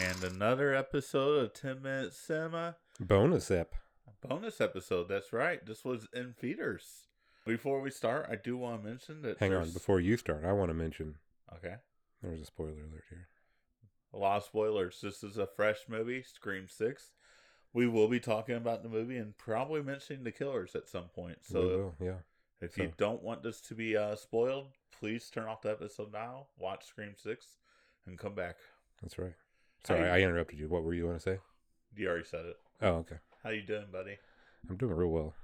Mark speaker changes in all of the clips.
Speaker 1: and another episode of 10 Minute Cinema.
Speaker 2: Bonus ep.
Speaker 1: Bonus episode, that's right. This was in feeders. Before we start, I do want to mention that.
Speaker 2: Hang on,
Speaker 1: there's-
Speaker 2: before you start, I want to mention
Speaker 1: Okay.
Speaker 2: there's a spoiler alert here.
Speaker 1: A lot of spoilers. This is a fresh movie, Scream 6. We will be talking about the movie and probably mentioning the killers at some point.
Speaker 2: we
Speaker 1: So
Speaker 2: will, yeah.
Speaker 1: if you
Speaker 2: so-
Speaker 1: don't want this to be uh, spoiled, please turn off the episode now, watch Scream 6, and come back.
Speaker 2: That's right. Sorry,
Speaker 1: I-
Speaker 2: I interrupted you. What were you going to say?
Speaker 1: You already said it.
Speaker 2: Oh, okay.
Speaker 1: How you doing, buddy?
Speaker 2: I'm doing real well.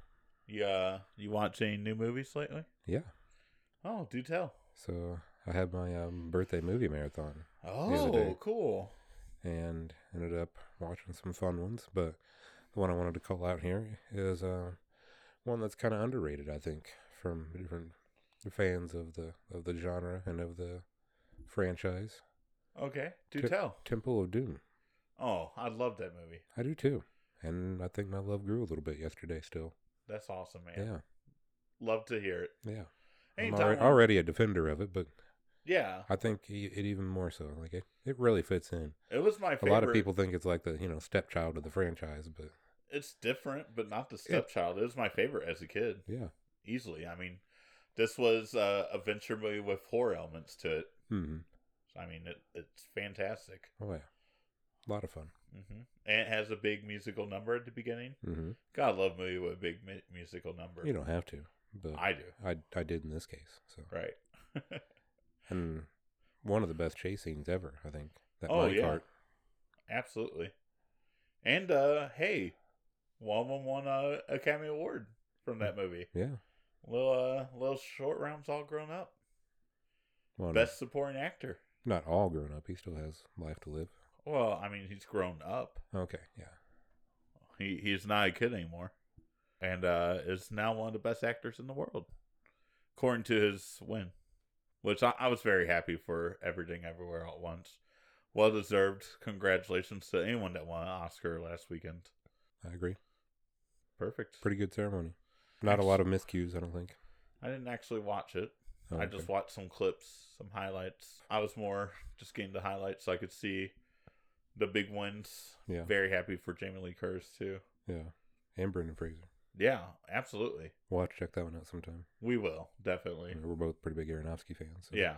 Speaker 1: You, uh, you watch any new movies lately?
Speaker 2: Yeah.
Speaker 1: Oh, do tell.
Speaker 2: So I had my um, birthday movie marathon
Speaker 1: Oh,
Speaker 2: day.
Speaker 1: cool.
Speaker 2: and ended up watching some fun ones, but the one I wanted to call out here is uh, one that's kind of underrated, I think, from different fans of the of the genre and of the franchise.
Speaker 1: Okay, do
Speaker 2: Tip-
Speaker 1: tell.
Speaker 2: Temple of Doom.
Speaker 1: Oh, I love that movie.
Speaker 2: I do too. And I think my love grew a little bit yesterday still.
Speaker 1: That's awesome, man.
Speaker 2: Yeah.
Speaker 1: Love to hear it.
Speaker 2: Yeah. I'm
Speaker 1: Anytime. Oh.
Speaker 2: already,
Speaker 1: one-
Speaker 2: already a defender of it, but
Speaker 1: Yeah,
Speaker 2: I think e- it even more so. Like it, it really fits in.
Speaker 1: it was my
Speaker 2: A
Speaker 1: favorite.
Speaker 2: lot of people think it's like the, you know, stepchild of the franchise, but
Speaker 1: It's different, but not the stepchild. It was my favorite as a kid,
Speaker 2: yeah.
Speaker 1: easily. I mean, this was uh, a venture movie with horror elements to it.
Speaker 2: hmm
Speaker 1: I mean, it, it's fantastic.
Speaker 2: Oh, yeah. A lot of fun.
Speaker 1: hmm And it has a big musical number at the beginning.
Speaker 2: hmm
Speaker 1: God, I love movie with a big mu- musical number.
Speaker 2: You don't have to, but I,
Speaker 1: I do.
Speaker 2: I, did in this case. So,
Speaker 1: Right.
Speaker 2: and one of the best chase scenes ever, I think. That
Speaker 1: Oh,
Speaker 2: minecart.
Speaker 1: yeah. Absolutely. And uh hey, one won won uh Academy Award from that movie.
Speaker 2: Yeah.
Speaker 1: Little uh little short rounds all grown up.
Speaker 2: Well,
Speaker 1: Best supporting actor.
Speaker 2: not all grown up. He still has life to live.
Speaker 1: Well, I mean he's grown up.
Speaker 2: Okay. Yeah.
Speaker 1: He he's not a kid anymore. And uh is now one of the best actors in the world. According to his win. Which I, I was very happy for everything everywhere all at once. Well deserved. Congratulations to anyone that won an Oscar last weekend.
Speaker 2: I agree.
Speaker 1: Perfect.
Speaker 2: Pretty good ceremony. Not a lot of miscues, I don't think.
Speaker 1: I didn't actually watch it.
Speaker 2: Oh,
Speaker 1: I
Speaker 2: okay.
Speaker 1: just watched some clips, some highlights. I was more just getting the highlights so I could see the big wins.
Speaker 2: yeah,
Speaker 1: Very happy for Jamie Lee Curtis too.
Speaker 2: yeah, and Brendan Fraser.
Speaker 1: Yeah, absolutely.
Speaker 2: We'll have to check that one out sometime.
Speaker 1: We will definitely.
Speaker 2: I mean, We're both pretty big Aronofsky fans. so-
Speaker 1: Yeah,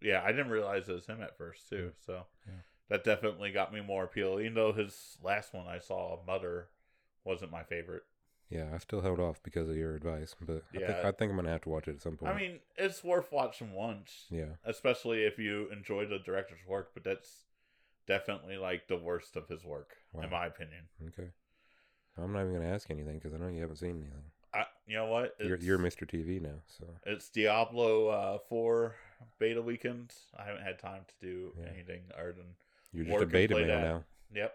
Speaker 1: yeah. I didn't realize it was him at first too, so
Speaker 2: Yeah.
Speaker 1: that definitely got me more appeal. Even though his last one I saw, Mother, wasn't my favorite.
Speaker 2: yeah. I still held off because of your advice, but I, think,
Speaker 1: Yeah.
Speaker 2: I think I'm gonna have to watch it at some point.
Speaker 1: I mean, it's worth watching once.
Speaker 2: yeah,
Speaker 1: especially if you enjoy the director's work, but that's definitely like the worst of his work,
Speaker 2: Wow.
Speaker 1: in my opinion.
Speaker 2: okay. I'm not even gonna ask anything because I know you haven't seen anything.
Speaker 1: I, you know what? It's,
Speaker 2: You're, you're Mr. TV now, so
Speaker 1: it's Diablo uh, 4 beta weekend. I haven't had time to do
Speaker 2: Yeah.
Speaker 1: anything other than,
Speaker 2: you're
Speaker 1: Or
Speaker 2: just a
Speaker 1: can
Speaker 2: beta
Speaker 1: play
Speaker 2: male
Speaker 1: that.
Speaker 2: now.
Speaker 1: yep,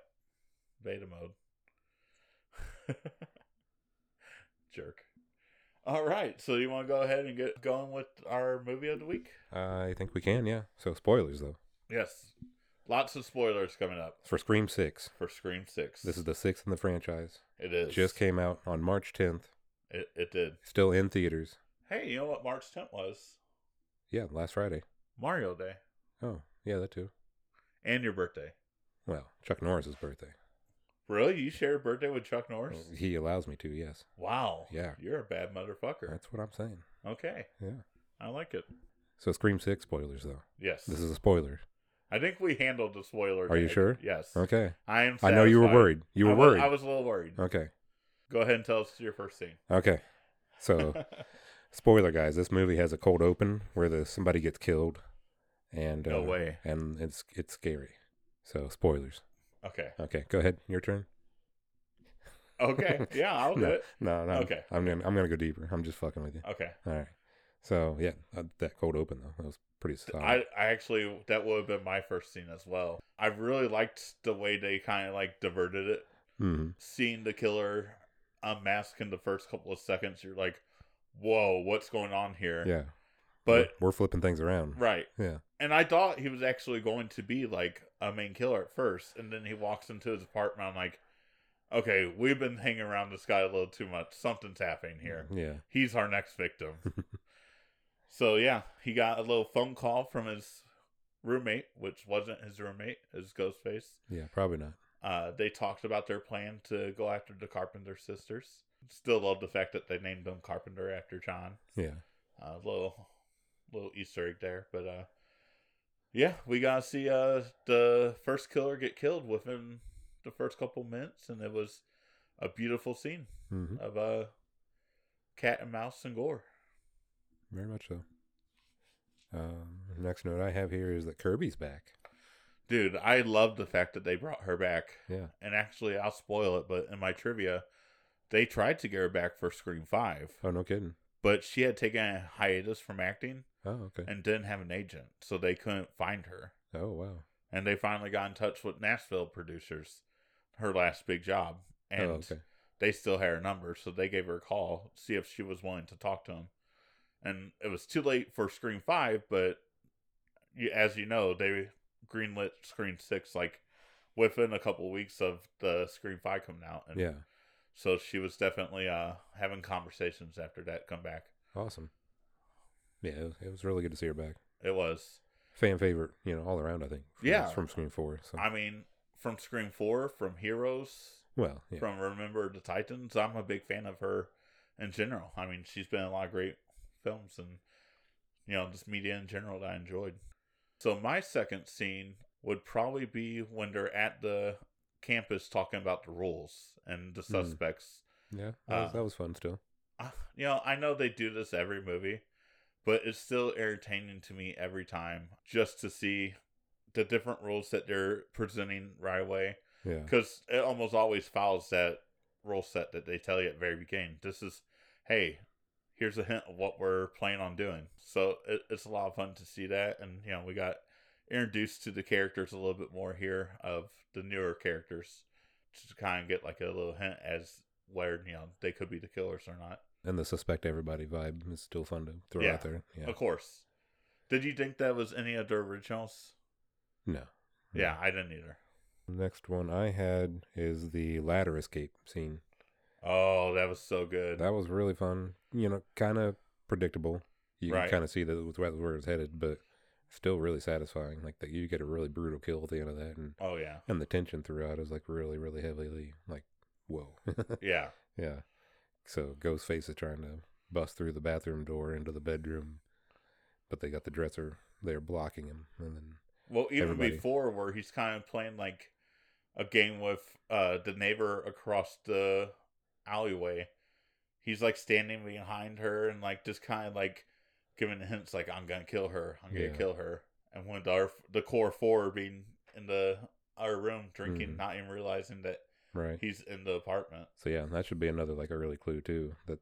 Speaker 1: beta mode. Jerk. All right, so you want to go ahead and get going with our movie of the week?
Speaker 2: I think we can, yeah. So spoilers though
Speaker 1: Yes. Lots of spoilers coming up
Speaker 2: for Scream Six.
Speaker 1: for Scream 6.
Speaker 2: This is the sixth in the franchise.
Speaker 1: it is.
Speaker 2: Just came out on March 10th.
Speaker 1: It, it did.
Speaker 2: Still in theaters.
Speaker 1: Hey, you know what March 10th was?
Speaker 2: Yeah, last Friday.
Speaker 1: Mario Day.
Speaker 2: Oh, yeah, that too.
Speaker 1: And your birthday.
Speaker 2: Well, Chuck Norris's birthday.
Speaker 1: Really? You share a birthday with Chuck Norris?
Speaker 2: He allows me to, yes.
Speaker 1: Wow.
Speaker 2: Yeah.
Speaker 1: You're a bad motherfucker.
Speaker 2: That's what I'm saying.
Speaker 1: Okay.
Speaker 2: Yeah.
Speaker 1: I like it.
Speaker 2: So Scream 6 spoilers, though.
Speaker 1: Yes.
Speaker 2: This is a spoiler.
Speaker 1: I think we handled the spoiler.
Speaker 2: Are you
Speaker 1: tag.
Speaker 2: sure?
Speaker 1: Yes.
Speaker 2: Okay.
Speaker 1: I am
Speaker 2: I know you were
Speaker 1: satisfied.
Speaker 2: worried. You were
Speaker 1: I wa-
Speaker 2: worried. Uh,
Speaker 1: I was a little worried.
Speaker 2: Okay.
Speaker 1: Go ahead and tell us your first scene.
Speaker 2: Okay. So, spoiler, guys, this movie has a cold open where the, somebody gets killed. And,
Speaker 1: No
Speaker 2: uh,
Speaker 1: way.
Speaker 2: And it's, it's scary. So, spoilers.
Speaker 1: Okay.
Speaker 2: Okay. Go ahead. Your turn.
Speaker 1: Okay. yeah, I'll do
Speaker 2: no,
Speaker 1: it.
Speaker 2: No, no.
Speaker 1: Okay.
Speaker 2: I'm going to I'm gonna go deeper. I'm just fucking with you.
Speaker 1: Okay.
Speaker 2: All right. So, yeah, uh, that cold open, though, that was pretty solid.
Speaker 1: I, I actually, that would have been my first scene as well. I really liked the way they kind of like diverted it
Speaker 2: hmm
Speaker 1: seeing the killer unmask in the first couple of seconds, you're like, "Whoa, what's going on here?"
Speaker 2: Yeah.
Speaker 1: But
Speaker 2: we're, we're flipping things around.
Speaker 1: right,
Speaker 2: Yeah.
Speaker 1: and I thought he was actually going to be like a main killer at first, and then he walks into his apartment. I'm like, "Okay, we've been hanging around this guy a little too much. Something's happening here.
Speaker 2: Yeah.
Speaker 1: He's our next victim." so yeah, he got a little phone call from his roommate, which wasn't his roommate, his Ghostface,
Speaker 2: Yeah, probably not.
Speaker 1: uh, they talked about their plan to go after the Carpenter sisters. Still love the fact that they named them Carpenter after John.
Speaker 2: Yeah.
Speaker 1: uh, little little Easter egg there, but uh, yeah, we got to see uh the first killer get killed within the first couple minutes, and it was a beautiful scene
Speaker 2: hmm
Speaker 1: of uh cat and mouse and gore.
Speaker 2: Very much so. Um, the next note I have here is that Kirby's back.
Speaker 1: Dude, I love the fact that they brought her back.
Speaker 2: Yeah.
Speaker 1: And actually, I'll spoil it, but in my trivia, they tried to get her back for Scream Five,
Speaker 2: Oh, no kidding.
Speaker 1: but she had taken a hiatus from acting
Speaker 2: Oh, okay.
Speaker 1: and didn't have an agent, so they couldn't find her.
Speaker 2: Oh, wow.
Speaker 1: and they finally got in touch with Nashville producers, her last big job, and
Speaker 2: oh, okay.
Speaker 1: they still had her number, so they gave her a call see if she was willing to talk to him. And it was too late for Screen Five, but you, as you know, they greenlit Screen Six like within a couple weeks of the Screen Five coming out, and
Speaker 2: Yeah.
Speaker 1: so she was definitely uh, having conversations after that come back.
Speaker 2: Awesome. Yeah, it was, it was really good to see her back.
Speaker 1: It was,
Speaker 2: Fan favorite, you know, all around. I think. from-
Speaker 1: Yeah.
Speaker 2: From Screen Four. So.
Speaker 1: I mean, from Screen Four, from Heroes,
Speaker 2: well, yeah.
Speaker 1: from Remember the Titans. I'm a big fan of her in general. I mean, she's been in a lot of great films and you know, just media in general that I enjoyed. So my second scene would probably be when they're at the campus talking about the rules and the suspects.
Speaker 2: yeah. That was,
Speaker 1: uh,
Speaker 2: that was fun. Still.
Speaker 1: Ah, You know, I know they do this every movie, but it's still entertaining to me every time just to see the different rules that they're presenting right away
Speaker 2: Yeah.
Speaker 1: because it almost always follows that rule set that they tell you at the very beginning. This is, hey, here's a hint of what we're planning on doing. So it, it's a lot of fun to see that, and you know we got introduced to the characters a little bit more here of the newer characters just to kind of get like a little hint as where you know they could be the killers or not.
Speaker 2: And the suspect everybody vibe is still fun to throw
Speaker 1: Yeah.
Speaker 2: out there. Yeah.
Speaker 1: Of course. Did you think that was any of the originals?
Speaker 2: No.
Speaker 1: Yeah, I didn't either.
Speaker 2: The next one I had is the ladder escape scene.
Speaker 1: Oh, that was so good.
Speaker 2: That was really fun. You know, kind of predictable. You
Speaker 1: Right.
Speaker 2: can kind of see that it was where it was headed, but still really satisfying. Like that, you get a really brutal kill at the end of that, and
Speaker 1: oh yeah,
Speaker 2: and the tension throughout is like really, really heavily like whoa,
Speaker 1: yeah,
Speaker 2: yeah. So Ghostface is trying to bust through the bathroom door into the bedroom, but they got the dresser there blocking him, and then
Speaker 1: Well, even
Speaker 2: everybody.
Speaker 1: before where he's kind of playing like a game with uh the neighbor across the alleyway. He's like standing behind her and like just kind of like giving hints like I'm gonna kill her, I'm gonna
Speaker 2: Yeah.
Speaker 1: kill her. And when the our, the core four being in the our room drinking,
Speaker 2: Mhm.
Speaker 1: not even realizing that
Speaker 2: right.
Speaker 1: he's in the apartment.
Speaker 2: so yeah, that should be another like early clue too that,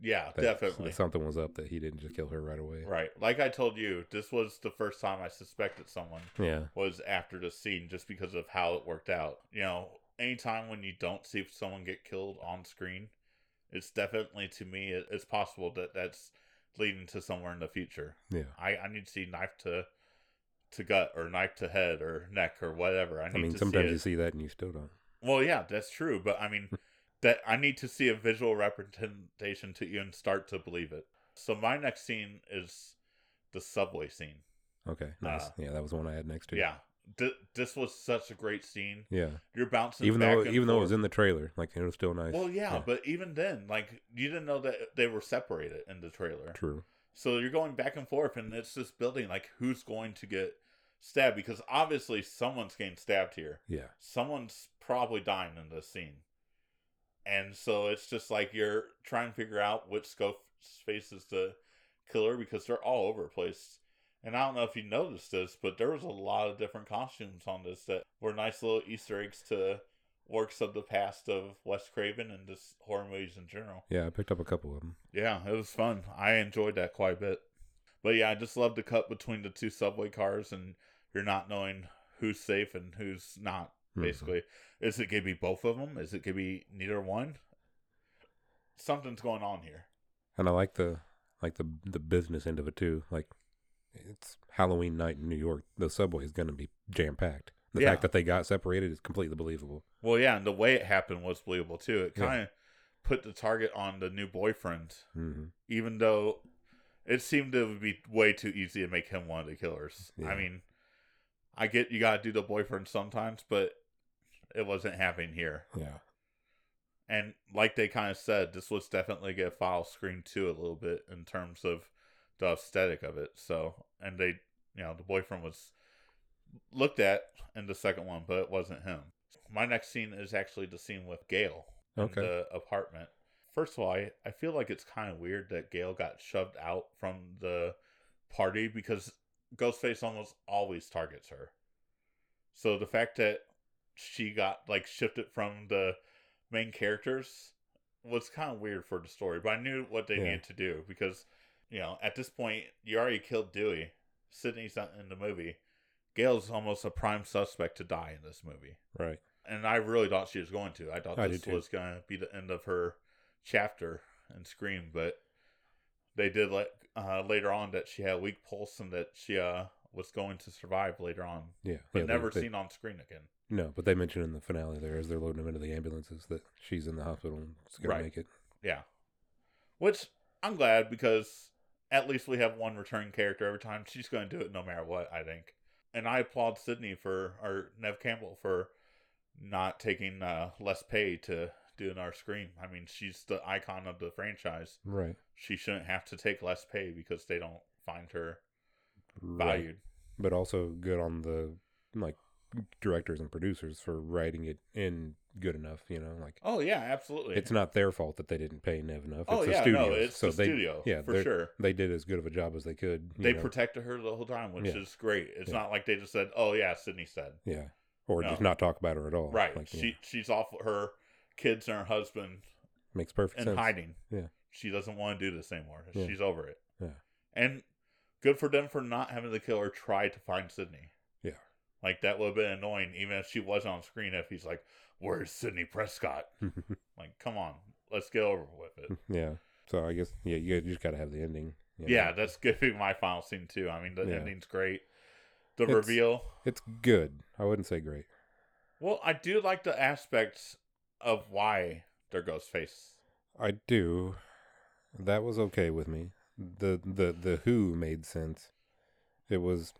Speaker 1: Yeah,
Speaker 2: that
Speaker 1: definitely.
Speaker 2: something was up that he didn't just kill her right away.
Speaker 1: Right. Like I told you, this was the first time I suspected someone.
Speaker 2: Yeah,
Speaker 1: was after the scene just because of how it worked out. You know, anytime when you don't see someone get killed on screen, it's definitely to me it- it's possible that that's leading to somewhere in the future.
Speaker 2: yeah.
Speaker 1: I I need to see knife to to gut or knife to head or neck or whatever. I
Speaker 2: I,
Speaker 1: need
Speaker 2: mean,
Speaker 1: to
Speaker 2: sometimes
Speaker 1: see
Speaker 2: you
Speaker 1: it.
Speaker 2: see that and you still don't.
Speaker 1: Well, yeah, that's true, but I mean that I need to see a visual representation to even start to believe it. So my next scene is the subway scene.
Speaker 2: Okay, nice.
Speaker 1: Uh,
Speaker 2: yeah, that was one I had next to.
Speaker 1: Yeah. Th- this was such a great scene.
Speaker 2: yeah.
Speaker 1: You're bouncing
Speaker 2: Even
Speaker 1: back
Speaker 2: though
Speaker 1: and
Speaker 2: even though it was
Speaker 1: forth.
Speaker 2: in the trailer, like it was still nice.
Speaker 1: well, yeah, but even then, like you didn't know that they were separated in the trailer.
Speaker 2: true.
Speaker 1: So you're going back and forth, and it's just building like who's going to get stabbed because obviously someone's getting stabbed here.
Speaker 2: Yeah,
Speaker 1: Someone's probably dying in this scene, and so it's just like you're trying to figure out which scope faces the killer because they're all over the place. And I don't know if you noticed this, but there was a lot of different costumes on this that were nice little Easter eggs to works of the past of Wes Craven and just horror movies in general.
Speaker 2: yeah. I picked up a couple of them.
Speaker 1: Yeah, it was fun. I enjoyed that quite a bit. But yeah, I just love the cut between the two subway cars and you're not knowing who's safe and who's not,
Speaker 2: Hmm. Mm-hmm.
Speaker 1: basically. Is it going to be both of them? Is it going to be neither one? Something's going on here.
Speaker 2: And I like the like the the business end of it too. Like it's Halloween night in New York. The subway is going to be jam packed. The
Speaker 1: Yeah.
Speaker 2: fact that they got separated is completely believable.
Speaker 1: Well, yeah, and the way it happened was believable too. It
Speaker 2: Yeah.
Speaker 1: kind of put the target on the new boyfriend,
Speaker 2: hmm
Speaker 1: even though it seemed it would be way too easy to make him one of the killers.
Speaker 2: Yeah.
Speaker 1: I mean, I get you gotta do the boyfriend sometimes, but it wasn't happening here.
Speaker 2: Yeah.
Speaker 1: And like they kind of said, this was definitely gonna file screen two a little bit in terms of the aesthetic of it. So and they you know, the boyfriend was looked at in the second one, but it wasn't him. My next scene is actually the scene with Gail in
Speaker 2: Okay.
Speaker 1: the apartment. First of all, I, I feel like it's kind of weird that Gail got shoved out from the party because Ghostface almost always targets her. So the fact that she got like shifted from the main characters was kind of weird for the story, but I knew what they
Speaker 2: Yeah.
Speaker 1: needed to do because, you know, at this point, you already killed Dewey. Sydney's not in the movie. Gail's almost a prime suspect to die in this movie
Speaker 2: Right.
Speaker 1: and I really thought she was going to. I thought
Speaker 2: I
Speaker 1: this
Speaker 2: did too.
Speaker 1: was going to be the end of her chapter and Scream, but they did let uh, later on that she had a weak pulse and that she uh, was going to survive later on,
Speaker 2: Yeah.
Speaker 1: but
Speaker 2: yeah, they-
Speaker 1: never
Speaker 2: they-
Speaker 1: seen on screen again.
Speaker 2: No, but they mention in the finale there as they're loading them into the ambulances that she's in the hospital and it's gonna
Speaker 1: Right.
Speaker 2: make it.
Speaker 1: Yeah, which I'm glad because at least we have one returning character every time. She's going to do it no matter what, I think. And I applaud Sydney for or Nev Campbell for not taking uh, less pay to do in our Scream. I mean, she's the icon of the franchise.
Speaker 2: Right.
Speaker 1: she shouldn't have to take less pay because they don't find her
Speaker 2: Right.
Speaker 1: valued.
Speaker 2: But also good on the like directors and producers for writing it in good enough, you know, like
Speaker 1: Oh yeah, absolutely.
Speaker 2: it's not their fault that they didn't pay Nev enough.
Speaker 1: oh
Speaker 2: it's
Speaker 1: yeah,
Speaker 2: the studio.
Speaker 1: no, it's the
Speaker 2: they,
Speaker 1: studio
Speaker 2: Yeah,
Speaker 1: for
Speaker 2: they're-
Speaker 1: sure.
Speaker 2: They did as good of a job as they could. you
Speaker 1: They
Speaker 2: know.
Speaker 1: protected her the whole time, which
Speaker 2: Yeah.
Speaker 1: is great. It's
Speaker 2: Yeah.
Speaker 1: not like they just said, "Oh yeah, Sydney said."
Speaker 2: Yeah. Or
Speaker 1: No.
Speaker 2: just not talk about her at all.
Speaker 1: Right.
Speaker 2: Oh, Like, yeah,
Speaker 1: she she's off with her kids and her husband
Speaker 2: makes perfect
Speaker 1: and
Speaker 2: sense.
Speaker 1: hiding.
Speaker 2: Yeah.
Speaker 1: She doesn't want to do this anymore.
Speaker 2: Yeah.
Speaker 1: She's over it.
Speaker 2: Yeah.
Speaker 1: And good for them for not having the killer try to find Sydney.
Speaker 2: Yeah.
Speaker 1: Like that would have been annoying, even if she was on screen. If he's like, "Where's Sydney Prescott?" Like, come on, let's get over with it.
Speaker 2: yeah. So I guess yeah, you just got to have the ending. you know.
Speaker 1: Yeah, that's gonna be my final scene too. I mean, the
Speaker 2: Yeah.
Speaker 1: ending's great. The
Speaker 2: It's-
Speaker 1: reveal.
Speaker 2: It's good. I wouldn't say great.
Speaker 1: Well, I do like the aspects of why they're Ghostface.
Speaker 2: I do. That was okay with me. The the the who made sense. It was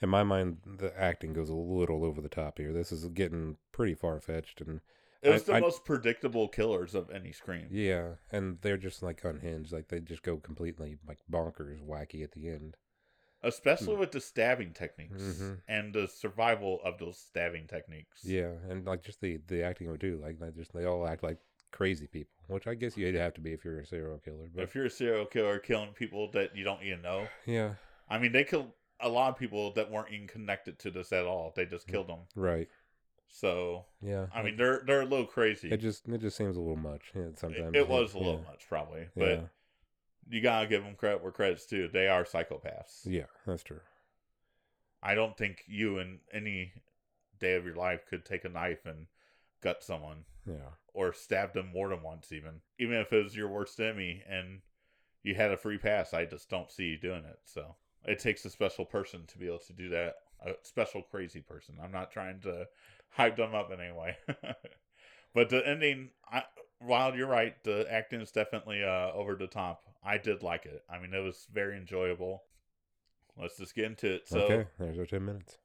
Speaker 2: in my mind the acting goes a little over the top here. This is getting pretty far fetched and
Speaker 1: It was
Speaker 2: I-
Speaker 1: the
Speaker 2: I-
Speaker 1: most predictable killers of any scream.
Speaker 2: yeah, and they're just like unhinged. Like they just go completely like bonkers, wacky at the end. Hmm.
Speaker 1: especially with the stabbing techniques
Speaker 2: Mhm.
Speaker 1: and the survival of those stabbing techniques.
Speaker 2: Yeah, and like just the the acting would do. Like they just they all act like crazy people, which I guess you'd have to be if you're a serial killer. But
Speaker 1: If you're a serial killer killing people that you don't even know,
Speaker 2: yeah,
Speaker 1: I mean, they killed a lot of people that weren't even connected to this at all. They
Speaker 2: Hmm.
Speaker 1: just killed them.
Speaker 2: right.
Speaker 1: So
Speaker 2: Yeah.
Speaker 1: I
Speaker 2: like,
Speaker 1: mean, they're they're a little crazy.
Speaker 2: it just it just seems a little much. Yeah, sometimes
Speaker 1: It, it was a
Speaker 2: yeah,
Speaker 1: little much, probably, but
Speaker 2: Yeah.
Speaker 1: you gotta give them credit where credits due. They are psychopaths.
Speaker 2: Yeah, that's true.
Speaker 1: I don't think you in any day of your life could take a knife and gut someone
Speaker 2: Yeah.
Speaker 1: or stab them more than once, even even if it was your worst enemy and you had a free pass. I just don't see you doing it. So it takes a special person to be able to do that. A special crazy person. I'm not trying to hype them up in any way. but the ending, I, while you're right, the acting is definitely uh, over the top. I did like it. I mean, it was very enjoyable. Let's just get into it. So,
Speaker 2: okay, there's our ten minutes.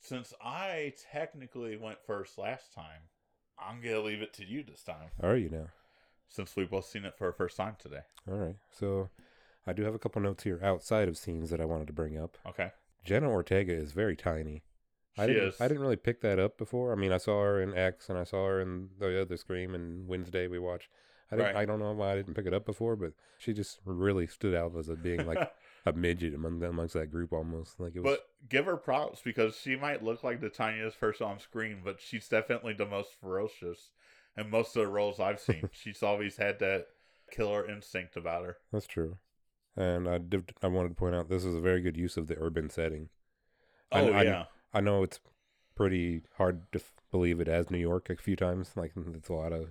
Speaker 1: since I technically went first last time, I'm going to leave it to you this time
Speaker 2: Are you now?
Speaker 1: since we've both seen it for our first time today.
Speaker 2: All right. So I do have a couple notes here outside of scenes that I wanted to bring up.
Speaker 1: Okay.
Speaker 2: Jenna Ortega is very tiny.
Speaker 1: She
Speaker 2: I didn't,
Speaker 1: is.
Speaker 2: I didn't really pick that up before. I mean, I saw her in X and I saw her in the other Scream and Wednesday we watched. I didn't,
Speaker 1: Right.
Speaker 2: I don't know why I didn't pick it up before, but she just really stood out as a being like a midget among amongst that group almost. Like it was
Speaker 1: but give her props because she might look like the tiniest person on screen, but she's definitely the most ferocious. And most of the roles I've seen, she's always had that killer instinct about her.
Speaker 2: that's true. And I did, I wanted to point out this is a very good use of the urban setting. I-
Speaker 1: Oh
Speaker 2: I-
Speaker 1: yeah,
Speaker 2: I know it's pretty hard to f- believe it as New York a few times. Like it's a lot of,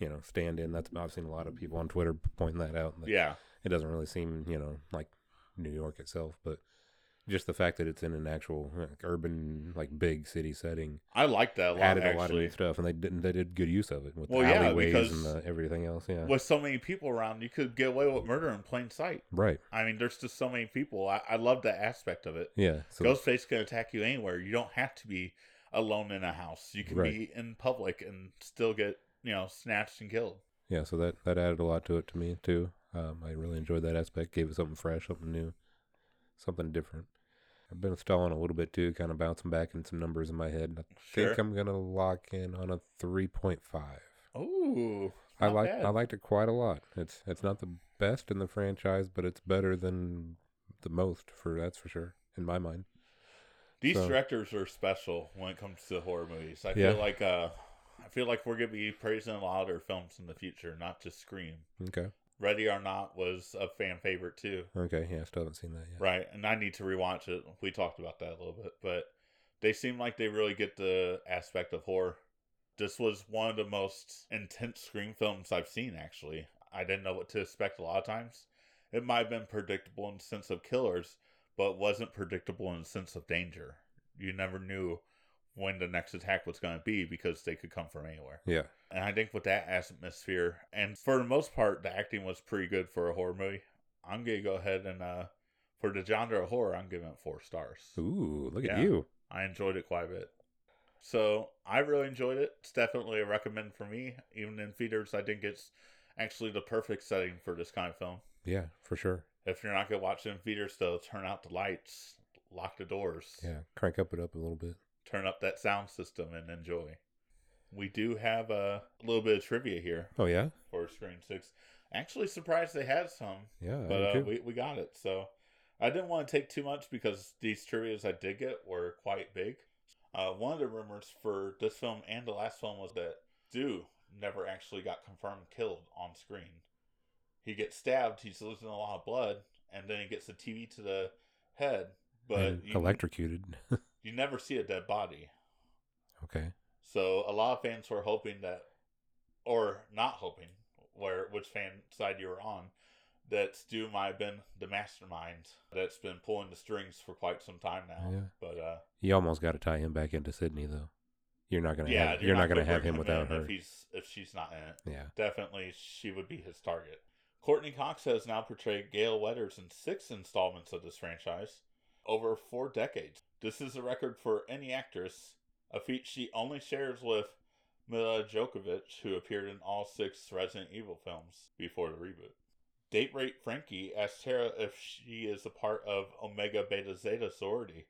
Speaker 2: you know, stand in. That's I've seen a lot of people on Twitter pointing that out. Like,
Speaker 1: yeah,
Speaker 2: it doesn't really seem you know like New York itself, but Just the fact that it's in an actual like, urban, like big city setting,
Speaker 1: I like that a lot.
Speaker 2: added a lot of
Speaker 1: actually,
Speaker 2: new stuff, and they didn't. They did good use of it with
Speaker 1: Well,
Speaker 2: the
Speaker 1: yeah,
Speaker 2: alleyways
Speaker 1: because
Speaker 2: and the, everything else. Yeah,
Speaker 1: with so many people around, you could get away with murder in plain sight.
Speaker 2: right.
Speaker 1: I mean, there's just so many people. I, I love that aspect of it.
Speaker 2: Yeah. So
Speaker 1: Ghostface can attack you anywhere. You don't have to be alone in a house. You can
Speaker 2: Right.
Speaker 1: be in public and still get you know snatched and killed.
Speaker 2: yeah, so that that added a lot to it to me too. Um, I really enjoyed that aspect. Gave it something fresh, something new, something different. I've been stalling a little bit too, kind of bouncing back in some numbers in my head. I
Speaker 1: Sure.
Speaker 2: think I'm gonna lock in on a three point five.
Speaker 1: Ooh,
Speaker 2: I
Speaker 1: not
Speaker 2: like
Speaker 1: bad.
Speaker 2: I liked it quite a lot. It's it's not the best in the franchise, but it's better than the most for that's for sure in my mind.
Speaker 1: These
Speaker 2: So-
Speaker 1: directors are special when it comes to horror movies. I
Speaker 2: Yeah.
Speaker 1: feel like uh, I feel like we're gonna be praising a lot of their films in the future, not just Scream.
Speaker 2: Okay,
Speaker 1: Ready or Not was a fan favorite too,
Speaker 2: okay, yeah, I still haven't seen that yet.
Speaker 1: right? And I need to rewatch it. We talked about that a little bit, but they seem like they really get the aspect of horror. This was one of the most intense Scream films I've seen. Actually, I didn't know what to expect a lot of times. It might have been predictable in the sense of killers, but wasn't predictable in the sense of danger. You never knew when the next attack was going to be because they could come from anywhere.
Speaker 2: Yeah,
Speaker 1: And I think with that atmosphere, and for the most part, the acting was pretty good for a horror movie. I'm gonna go ahead and uh, for the genre of horror, I'm giving it four stars.
Speaker 2: ooh, look
Speaker 1: Yeah.
Speaker 2: at you.
Speaker 1: I enjoyed it quite a bit. So I really enjoyed it. It's definitely a recommend for me. Even in theaters, I think it's actually the perfect setting for this kind of film.
Speaker 2: Yeah, for sure.
Speaker 1: If you're not gonna watch it in theaters, though, turn out the lights, lock the doors,
Speaker 2: Yeah, crank up it up a little bit.
Speaker 1: turn up that sound system, and enjoy. We do have a little bit of trivia here.
Speaker 2: Oh yeah,
Speaker 1: for Screen Six. Actually, surprised they had some,
Speaker 2: yeah. I
Speaker 1: but
Speaker 2: do
Speaker 1: uh,
Speaker 2: too.
Speaker 1: we we got it. So I didn't want to take too much because these trivia's I did get were quite big. Uh, one of the rumors for this film and the last film was that Stu never actually got confirmed killed on screen. He gets stabbed. He's losing a lot of blood, and then he gets the TV to the head. But
Speaker 2: And
Speaker 1: you,
Speaker 2: electrocuted.
Speaker 1: you never see a dead body.
Speaker 2: okay.
Speaker 1: So a lot of fans were hoping that, or not hoping, where which fan side you were on, that Stu might have been the mastermind that's been pulling the strings for quite some time now.
Speaker 2: Yeah.
Speaker 1: But uh,
Speaker 2: You almost got to tie him back into Sydney though. You're not gonna
Speaker 1: yeah,
Speaker 2: have you're, not, gonna
Speaker 1: bring
Speaker 2: have him
Speaker 1: in
Speaker 2: without her.
Speaker 1: If he's if she's not in it,
Speaker 2: Yeah.
Speaker 1: definitely she would be his target. Courtney Cox has now portrayed Gail Weathers in six installments of this franchise, over four decades. This is a record for any actress, a feat she only shares with Mila Djokovic, who appeared in all six Resident Evil films before the reboot. Date Rape Frankie asks Tara if she is a part of Omega Beta Zeta sorority.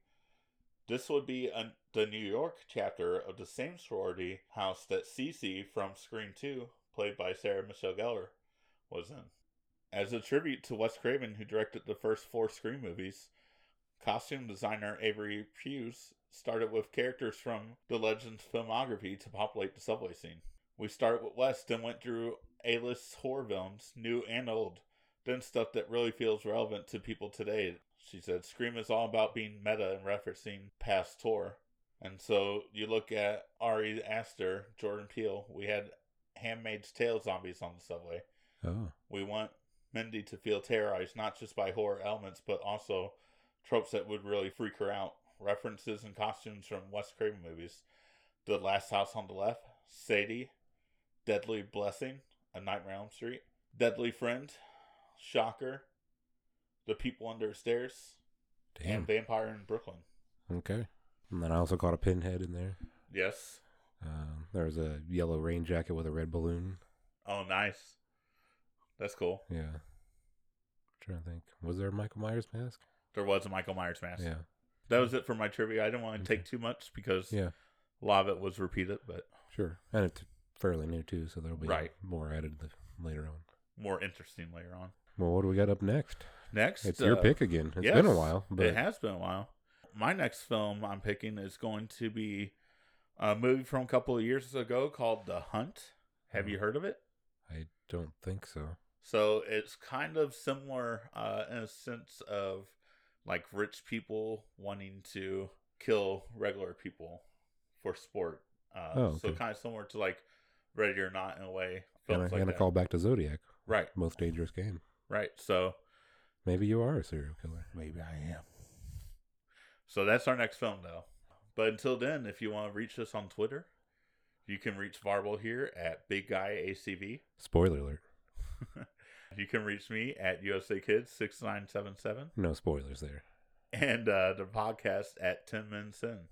Speaker 1: This would be an, the New York chapter of the same sorority house that Cece from Scream 2, played by Sarah Michelle Gellar, was in. As a tribute to Wes Craven, who directed the first four Scream movies, costume designer Avery Hughes started with characters from the Legends filmography to populate the subway scene. We start with Wes, then went through A-list horror films, new and old, then stuff that really feels relevant to people today. She said, Scream is all about being meta and referencing past horror. And so you look at Ari Aster, Jordan Peele, we had Handmaid's Tale zombies on the subway.
Speaker 2: Oh.
Speaker 1: We want Mindy to feel terrorized not just by horror elements, but also tropes that would really freak her out. References and costumes from Wes Craven movies The Last House on the Left, Sadie, Deadly Blessing, A Nightmare on Elm Street, Deadly Friend, Shocker, The People Under the Stairs, and
Speaker 2: Damn.
Speaker 1: Vampire in Brooklyn.
Speaker 2: Okay. And then I also caught a pinhead in there.
Speaker 1: Yes.
Speaker 2: Um, there was a yellow rain jacket with a red balloon.
Speaker 1: Oh, nice. That's cool.
Speaker 2: Yeah. trying to think. Was there a Michael Myers mask?
Speaker 1: There was a Michael Myers mask.
Speaker 2: Yeah.
Speaker 1: That was it for my trivia. I didn't want to
Speaker 2: Okay.
Speaker 1: take too much because
Speaker 2: Yeah.
Speaker 1: a lot of it was repeated, but
Speaker 2: Sure. And it's fairly new too, so there'll be
Speaker 1: Right.
Speaker 2: more added li- later on.
Speaker 1: more interesting later on.
Speaker 2: Well, what do we got up next?
Speaker 1: Next,
Speaker 2: It's your
Speaker 1: uh,
Speaker 2: pick again. It's been a
Speaker 1: yes,
Speaker 2: while, but
Speaker 1: It has been a while. My next film I'm picking is going to be a movie from a couple of years ago called The Hunt. Have
Speaker 2: Mm-hmm.
Speaker 1: you heard of it?
Speaker 2: I don't think so.
Speaker 1: So it's kind of similar uh, in a sense of like rich people wanting to kill regular people for sport. Uh,
Speaker 2: Oh,
Speaker 1: So
Speaker 2: okay.
Speaker 1: kind of similar to like Ready or Not in a way.
Speaker 2: And
Speaker 1: Films
Speaker 2: I,
Speaker 1: like
Speaker 2: and a
Speaker 1: that.
Speaker 2: call back to Zodiac,
Speaker 1: Right,
Speaker 2: most dangerous game.
Speaker 1: right. So
Speaker 2: Maybe you are a serial killer. Maybe I am.
Speaker 1: So that's our next film, though. But until then, if you want to reach us on Twitter, you can reach Varble here at Big Guy ACV.
Speaker 2: Spoiler alert.
Speaker 1: You can reach me at USA Kids six nine seven seven
Speaker 2: No spoilers there.
Speaker 1: and uh, the podcast at Ten Men Sin.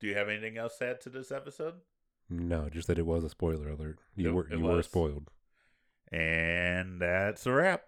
Speaker 1: Do you have anything else to add to this episode?
Speaker 2: No, just that it was a spoiler alert. You
Speaker 1: It-
Speaker 2: were
Speaker 1: it
Speaker 2: you were
Speaker 1: was.
Speaker 2: spoiled.
Speaker 1: And that's a wrap.